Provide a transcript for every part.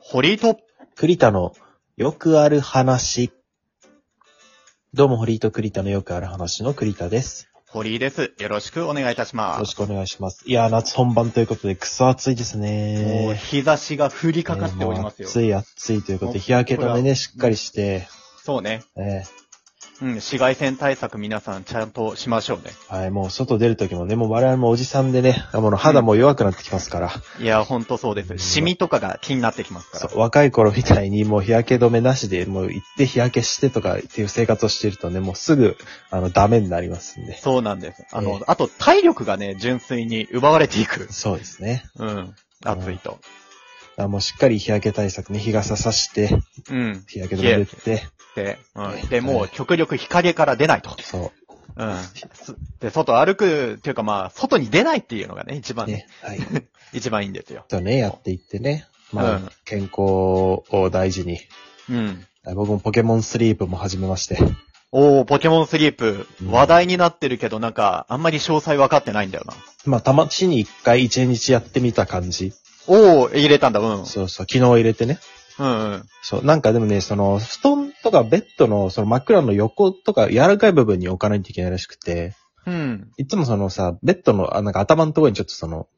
堀井と、栗田のよくある話。どうも、堀井と栗田のよくある話の栗田です。堀井です。よろしくお願いいたしよまろすし。くお願いします。いやー、夏本番ということで、くそ暑いですもうね。日差しが降りかかっておりますよ。えーもう暑い暑いということで、日焼け止めね、しっかりして、そうね。えうん、紫外線対策皆さんちゃんとしましょうね。ーはい、もう外出る時もね、もう我々もおじさんでね、あもう肌も弱くなってきますから、いや、ほんとそうです。シミとかが気になってきますから。そう、若い頃みたいにもう日焼け止めなしで、もう行って日焼けしてとかっていう生活をしてるとね、もうすぐ、あの、ダメになりますんで。そうなんです。あの、ええあと体力がね、純粋に奪われていく。そうですね。うん。暑いと。あもうしっかり日焼け対策ね、日傘さして、うん。日焼け止め塗って、で、うえん。えで、もう極力日陰から出ないと。そうん。すで、外歩くっていうかまあ、外に出ないっていうのがね、一う、番、ね、はい。一番いいんですよ。とね、やっていってね、まあ、うん健康を大事に。うん。あ僕もポケモンスリープも始めまして。おー、ポケモンスリープう、ん話題になってるけど、なんか、あんまり詳細分かってないんだよな。まあ、たま、しに一回一日やってみた感じ。おー、入れたんだ、うん。そうそう、昨日入れてね。うんうん。そう、なんかでもね、その、布団とかベッドの、その枕の横とか柔らかい部分に置かないといけないらしくて、うん。いつもそのさ、ベッドの、あなんか頭のところにちょっとその、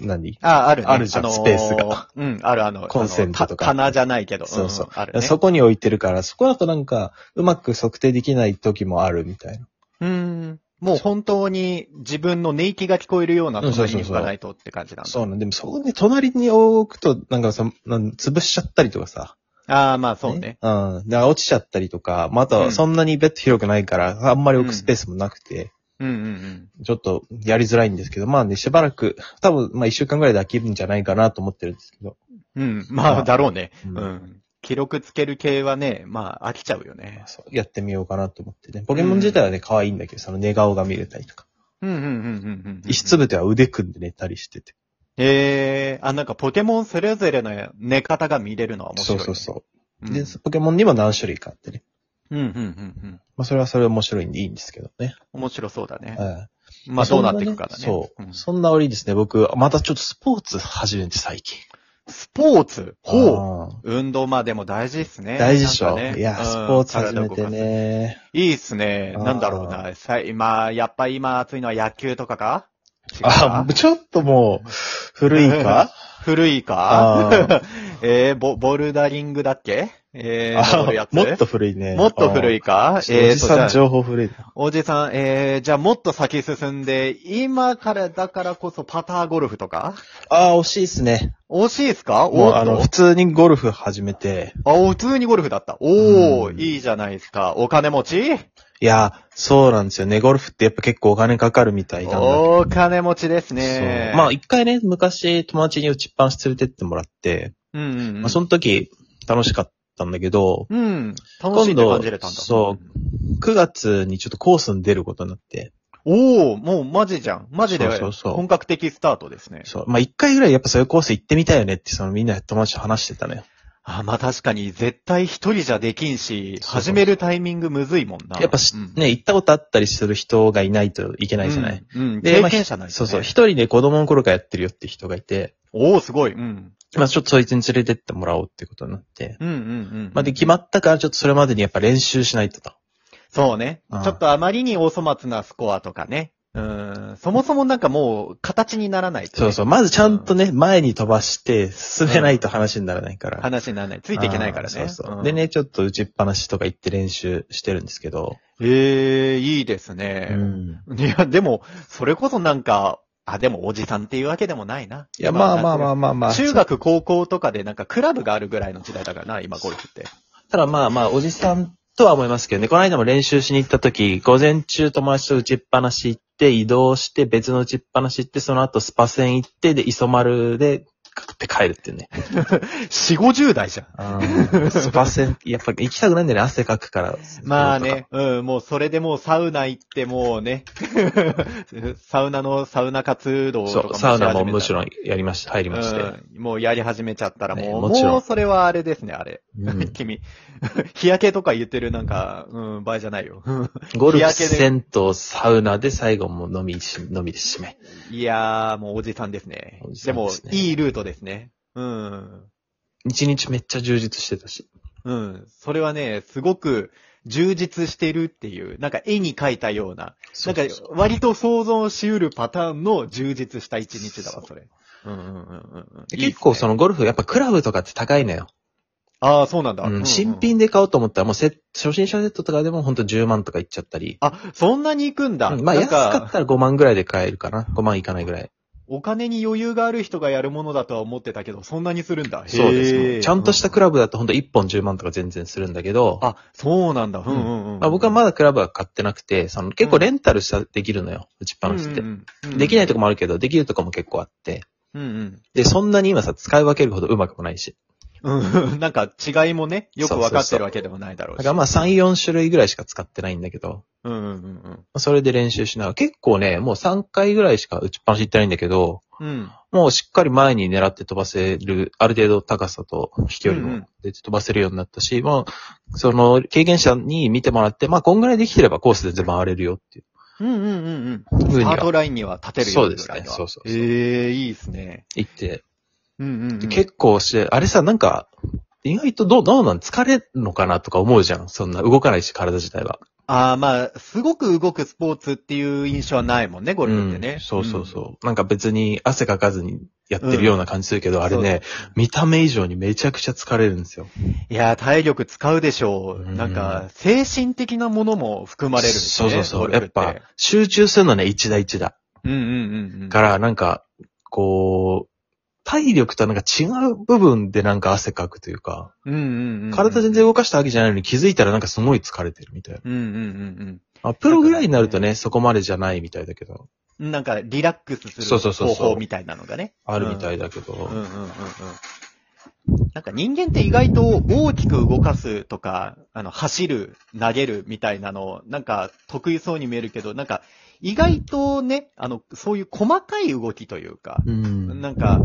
何あ、あるね。あるじゃんスペースが。うん、あるあの、コンセントとかあのた棚じゃないけど。んそうそうんあるね。そこに置いてるから、そこだとなんか、うまく測定できない時もあるみたいな。うん。もう本当に自分の寝息が聞こえるようなうんそう隣そにうそ置うかないとって感じなんだ。そうなんでもそこで隣に置くと、なんかさ、なん潰しちゃったりとかさ。ああ、まあそうね。。うん。で、落ちちゃったりとか、まあ、あとうんはそんなにベッド広くないから、あんまり置くスペースもなくて、うんうんちょっとやりづらいんですけど、まあね、しばらく、多分、まあ一週間ぐらいで飽きるんじゃないかなと思ってるんですけど。うん。うん、ままあ、あだろうね。うんうん。記録つける系はね、まあ飽きちゃうよね。そうやってみようかなと思ってね。ポケモン自体はね、可愛いんだけど、その寝顔が見れたりとか。うんうんうんうんうん。石つぶては腕組んで寝たりしてて。ええあ、なんかポケモンそれぞれの寝方が見れるのは面白そい、うね。そうそう。んで、ポケモンにも何種類かあってね。うん、うん、うん、うん。まあ、それはそれ面白いんでいいんですけどね。面白そうだね。はいまあ、どうなっていくかだね。そう。んそんな折ですね、僕、またちょっとスポーツ始めて最近。スポーツほうあー運動、まあでも大事ですね。大事でしょ、なんかねいや、うんスポーツ始めて体を動かね。すいいっすね。あーなんだろうな。さ今、やっぱ今熱いのは野球とかか違うあか、ちょっともう、古いか古いかあ えー、ボ、ボルダリングだっけえー、登るやあつもっと古いね。もっと古いあかー。ちょっとえおーじと、じゃさあん情報古いな。おじさん、えー、じゃあもっと先進んで、今からだからこそパターゴルフとかああ、惜しいですね。惜しいですかおもおう、あの、普通にゴルフ始めて。あ、普通にゴルフだった。おうー、んいいじゃないですか。お金持ちいや、そうなんですよね。ゴルフってやっぱ結構お金かかるみたいなんだけど。お金持ちですねそう。まあ、一回ね、昔友達に打ちっぱなし連れてってもらって、うんうんうん。まあ、その時楽しかったんだけど、うん。楽しいって感じれたんだ。今度そう。9月にちょっとコースに出ることになって、おー、もうマジじゃん。マジでそうそうそう本格的スタートですね。そう、まあ、一回ぐらいやっぱそういうコース行ってみたいよねって、そのみんな友達と話してたね。あ、まあ確かに絶対一人じゃできんし、そうそう始めるタイミングむずいもんな。やっぱし、うんね、行ったことあったりする人がいないといけないじゃない。うん。うんで経験者ないとね。そうそう、一人で子供の頃からやってるよって人がいて、おー、すごい。うん。まあ、ちょっとそいつに連れてってもらおうってことになって、うんうんうん。まあ、で、決まったからちょっとそれまでにやっぱ練習しないとと。そうねう。んちょっとあまりにお粗末なスコアとかね。うん。そもそもなんかもう形にならない、そうそう、まずちゃんとね、前に飛ばして進めないと話にならないから。話にならない。ついていけないからね。あーそうそう。んで。ね、ちょっと打ちっぱなしとか行って練習してるんですけど。ええいいですね。うんいや、でも、それこそなんか、あ、でもおじさんっていうわけでもないな。いや、まあまあまあまあまあ。中学、高校とかでなんかクラブがあるぐらいの時代だからな、今ゴルフって。ただまあまあ、おじさんとは思いますけどね、この間も練習しに行った時、午前中友達と打ちっぱなし行って、移動して、別の打ちっぱなし行って、その後スパ戦行って、で、磯丸で、食って帰るっていうね。四五十代じゃん。スパ戦、やっぱ行きたくないんだよね、汗かく から。まあね、うん、もうそれでもうサウナ行ってもうね、 サウナのサウナ活動そうととかか。そもう、サウナもし始めたもちろんやりました、入りまして。うん、もうやり始めちゃったらもう、ねもちろんもうそれはあれですね、あれ。うん君、 日焼けとか言ってるなんか、うん、場合じゃないよ。ゴ日ルフ、焼けで銭湯、サウナで最後も 飲みし、飲みで締め。いやー、もうおじさんですね。おじでさんもですね、いいルートですね。うん。一日めっちゃ充実してたし。うん。それはね、すごく充実してるっていう、なんか絵に描いたような、なんかそう割と想像しうるパターンの充実した一日だわ、それ。うんうんうんうんうん。で結構その、のゴルフ、やっぱクラブとかって高いのよ。ああ、そうなんだ。ううんうんん、新品で買おうと思ったら、もうセット初心者セットとかでもほんと10万とかいっちゃったり。あ、そんなに行くんだ。うんまあなん安かかったら5万ぐらいで買えるかな。5万いかないぐらい。お金に余裕がある人がやるものだとは思ってたけど、そんなにするんだ。そうへでーす。ちゃんとしたクラブだとほんと1本10万とか全然するんだけど、あ、そうなんだ。うんうんうん。まあ、僕はまだクラブは買ってなくて、その結構レンタルしたできるのよ。打ちっぱうんうなんしって。うん、できないこ。とこもあるけど、できるとこも結構あって。うんで、そんなに今さ、使い分けるほどうまくもないし。うん。 うん。なんか違いもね、よくわかっそうそうそてうるわけでもないだろだうし。からまあ3、4種類ぐらいしか使ってないんだけど、うんうんうんそれで練習しながら、結構ね、もう3回ぐらいしか打ちっぱなし行ってないんだけど、うん。うん。もうしっかり前に狙って飛ばせる、ある程度高さと飛距離うんうもん出て飛ばせるようになったし、まあ、その経験者に見てもらって、まあこんぐらいできてればコースで全部回れるよっていううんうんうんふう。うんにスタートはラインには立てるよそうですねぐらいはそうそうそうええいいですね。言って、うんうん、うん。結構して、あれさ、なんか、意外とどう、どうなん疲れるのかなとか思うじゃん。そんな動かないし、体自体は。ああ、まあ、すごく動くスポーツっていう印象はないもんね、ゴルフってうね。んそうそうそう、なんか別に汗かかずにやってるような感じするけど、んあれね、見た目以上にめちゃくちゃ疲れるんですよ。うん。いやー、体力使うでしょう。うんなんか、精神的なものも含まれるんですそね。うそうそう。ゴやルフってぱ、集中するのね、一打一打。うんうんうんうん。から、なんか、こう、体力とはなんか違う部分でなんか汗かくというか、うんうんうん。体全然動かしたわけじゃないのに気づいたらなんかすごい疲れてるみたいな。うんうんうんまあ、プロぐらいになるとね、そこまでじゃないみたいだけど、うん。なんか、リラックスすそうそるうそうそ方う法みたいなのがね。あるみたいだけど、うんうんうんうん。なんか人間って意外と大きく動かすとか、あの、走る、投げるみたいなの、なんか得意そうに見えるけど、なんか意外とね、あの、そういう細かい動きというか、うん。なんか、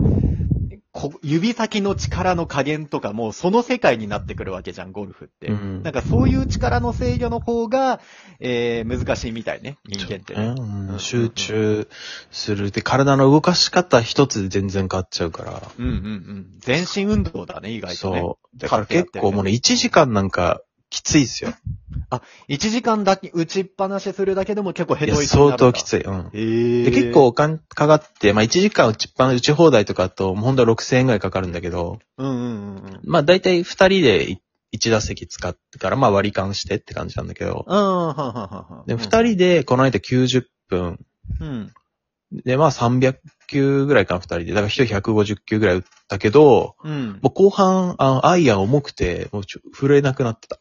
こ指先の力の加減とかもうその世界になってくるわけじゃん、ゴルフって。うんなんかそういう力の制御の方が、えー、難しいみたいね、人間ってね、うん集中する。で、体の動かし方一つで全然変わっちゃうから。うんうんうん。全身運動だね、意外とね。そう。だから結構もうね、1時間なんかきついですよ。一時間だけ打ちっぱなしするだ けでも結構ヘいドやイ相当きい。つい。うん。えー、で、結構、お金かかって、まあ1時間打ちっぱな、打ち放題とかだと、もうほんと6000円ぐらいかかるんだけど、うんうんうんうん。まあ大体2人で1打席使ってから、まあ割り勘してって感じなんだけど、うん、はんはんはんはん。で、2人でこの間90分、うん。で、まあ300球ぐらいかな、2人で。だから1人150球ぐらい打ったけど、うん。もう後半、あアイアン重くて、もうちょ震えなくなってた。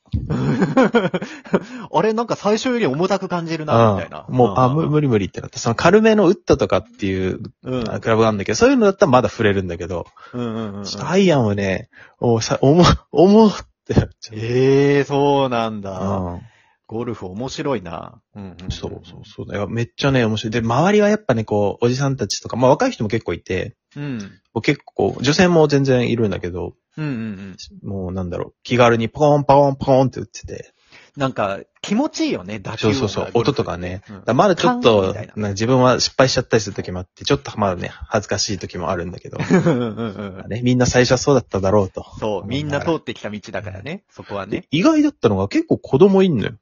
あれ、なんか最初より重たく感じるな、みたいな。うんもう、あ、無無理無理ってなった。その軽めの打ったとかっていううん。うんあクラブがあるんだけど、そういうのだったらまだ触れるんだけど、うんうんうんちょっとアイアンはね、おさ重、 重ってなっちゃう。ええー、そうなんだ。うんゴルフ面白いな。うんうんそうそうそうだよ。めっちゃね、面白い。で、周りはやっぱね、こう、おじさんたちとか、まあ若い人も結構いて、う。うん。もう結構、女性も全然いるんだけど、うんうんうん。もうなんだろう、気軽にパコンパコンパコンって打ってて、なんか、気持ちいいよね、打球そう音がそうそう、音とかね。うんだからまだちょっと、カンみたいななんか自分は失敗しちゃったりする時もあって、ちょっとまだね、恥ずかしい時も あるんだけど、うんうんうんうんね、みんな最初はそうだっただろうと。そう、みんな通ってきた道だからね、そこはねで。意外だったのが結構子供いんのよ。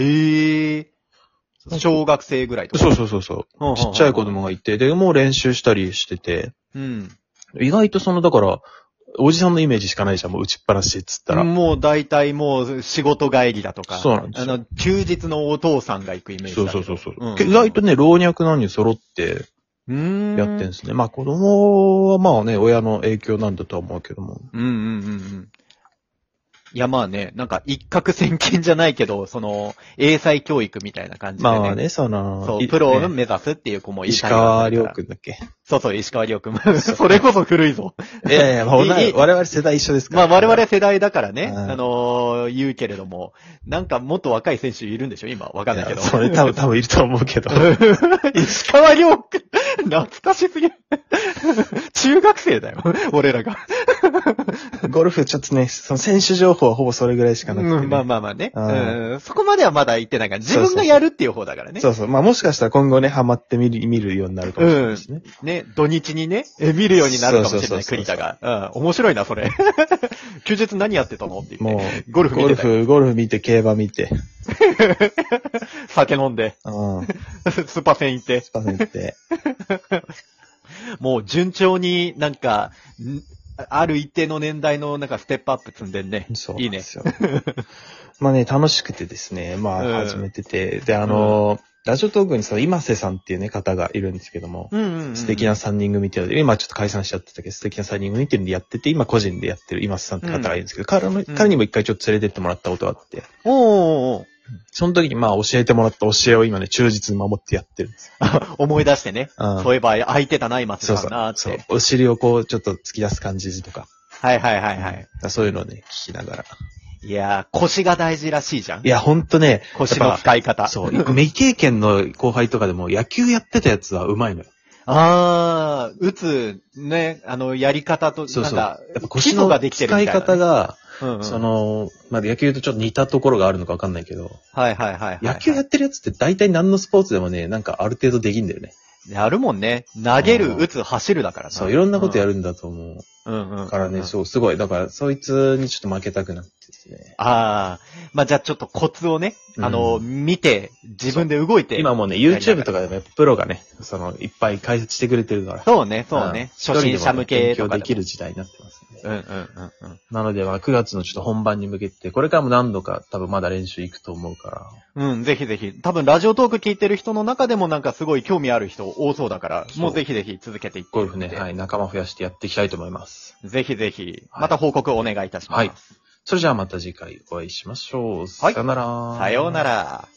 へえ。小学生ぐらいとか。そうそうそうそう。うんうんうんちっちゃい子供がいて、で、もう練習したりしてて、うん。意外とその、だから、おじさんのイメージしかないじゃん、もう打ちっぱなしっつったら。もう大体もう仕事帰りだとか。そうなんですよあの、休日のお父さんが行くイメージそうだけどそうそうそう、んけ意外とね、老若男女揃ってうーん。やってんですね。まあ子供はまあね、親の影響なんだとは思うけども。うんうんうんうん。いやまあね、なんか一攫千金じゃないけど、その、英才教育みたいな感じで、ね。まあ。ね、その、そう、いプロをね目指すっていう子もい石たりは川する亮から。君だっけそうそう、石川亮君。 それこそ古いぞ。いやいや、まあ、同いいじ我々世代一緒ですかまあら。我々世代だからね、うんあのー言うけれども、なんかもっと若い選手いるんでしょ今、わかんないけど。それ多分、多分いると思うけど。石川遼君、懐かしすぎる。中学生だよ。俺らが。 ゴルフちょっとね、その選手情報はほぼそれぐらいしかなくて、ねうんまあまあまあね。うんうんそこまではまだ言ってないから、自そうそう分がやるっていう方だからね。そうそう。まあもしかしたら今後ね、ハマってみる、見るようになるかもしれないですね。ね、土日にね、え見るようになるかもしれない、そうそうそうそう栗田が。うん、面白いな、それ。 休日何やってたのって言って。もゴルう、フ見ゴルてたよ。フ、ゴルフ見て、競馬見て、酒飲んで、 うん。スパ戦行って。スパセン行って。もう順調になんか、んある一定の年代のなんかステップアップ積んでんね。そういないんねで。すよ。 まあね、楽しくてですね、まうんあ始めてて、で、あの、ラジオトークにその今瀬さんっていうね、方がいるんですけども、うんうん、うん。素敵な。3人組っていうので、今ちょっと解散しちゃってたけど、素敵な3人組っていうのでやってて、今個人でやってる今瀬さんって方がいるんですけど、彼の彼にも一回ちょっと連れてってもらったことがあって、おーおーおーその時にまあ教えてもらった教えを今ね、忠実に守ってやってるんですよ。あ思い出してね。うんそういえば、空いてたな、今そ津うさそんなーうって。そう。お尻をこう、ちょっと突き出す感じとか。はいはいはいはい。い。そういうのをね、聞きながら。いやー、腰が大事らしいじゃんい。や、ほんとね、腰の使い方。そう、未経験の後輩とかでも野球やってたやつはうまいのよ。あー、打つ、ね、あの、やり方と、そうそう。なんかやっぱ、基腰礎のができてる使みいたいな、ね。方が、うんうんその、まあ、野球とちょっと似たところがあるのかわかんないけど、はいはいはいはいはい。野球やってるやつって大体何のスポーツでもね、なんかある程度できんだよね。やるもんね。投げうる、ん打つ、走るだからなそう、いろんなことやるんだと思う。うんうん。からね、そう、すごい。だから、そいつにちょっと負けたくなってですね。ああ、まあ、じゃあちょっとコツをね、うんあの、見て、自分で動いて。今もうね、YouTube とかでもやっぱプロがね、その、いっぱい解説してくれてるから。そうね、そうね。ん初心者向け一人でともね勉強かできる時代になってますね。うんうんうんうん。なので、まあ、9月のちょっと本番に向けて、これからも何度か多分まだ練習行くと思うかうん、ぜひぜひ。多分、ラジオトーク聞いてる人の中でもなんかすごい興味ある人多そうだから、そうもうぜひぜひ続けていって。ら、ゴルフね、はいい、仲間増やしてやっていきたいと思います。ぜひぜひ、はいまた報告お願いいたします。はいそれじゃあまた次回お会いしましょう。はいさよなら。さような。ら。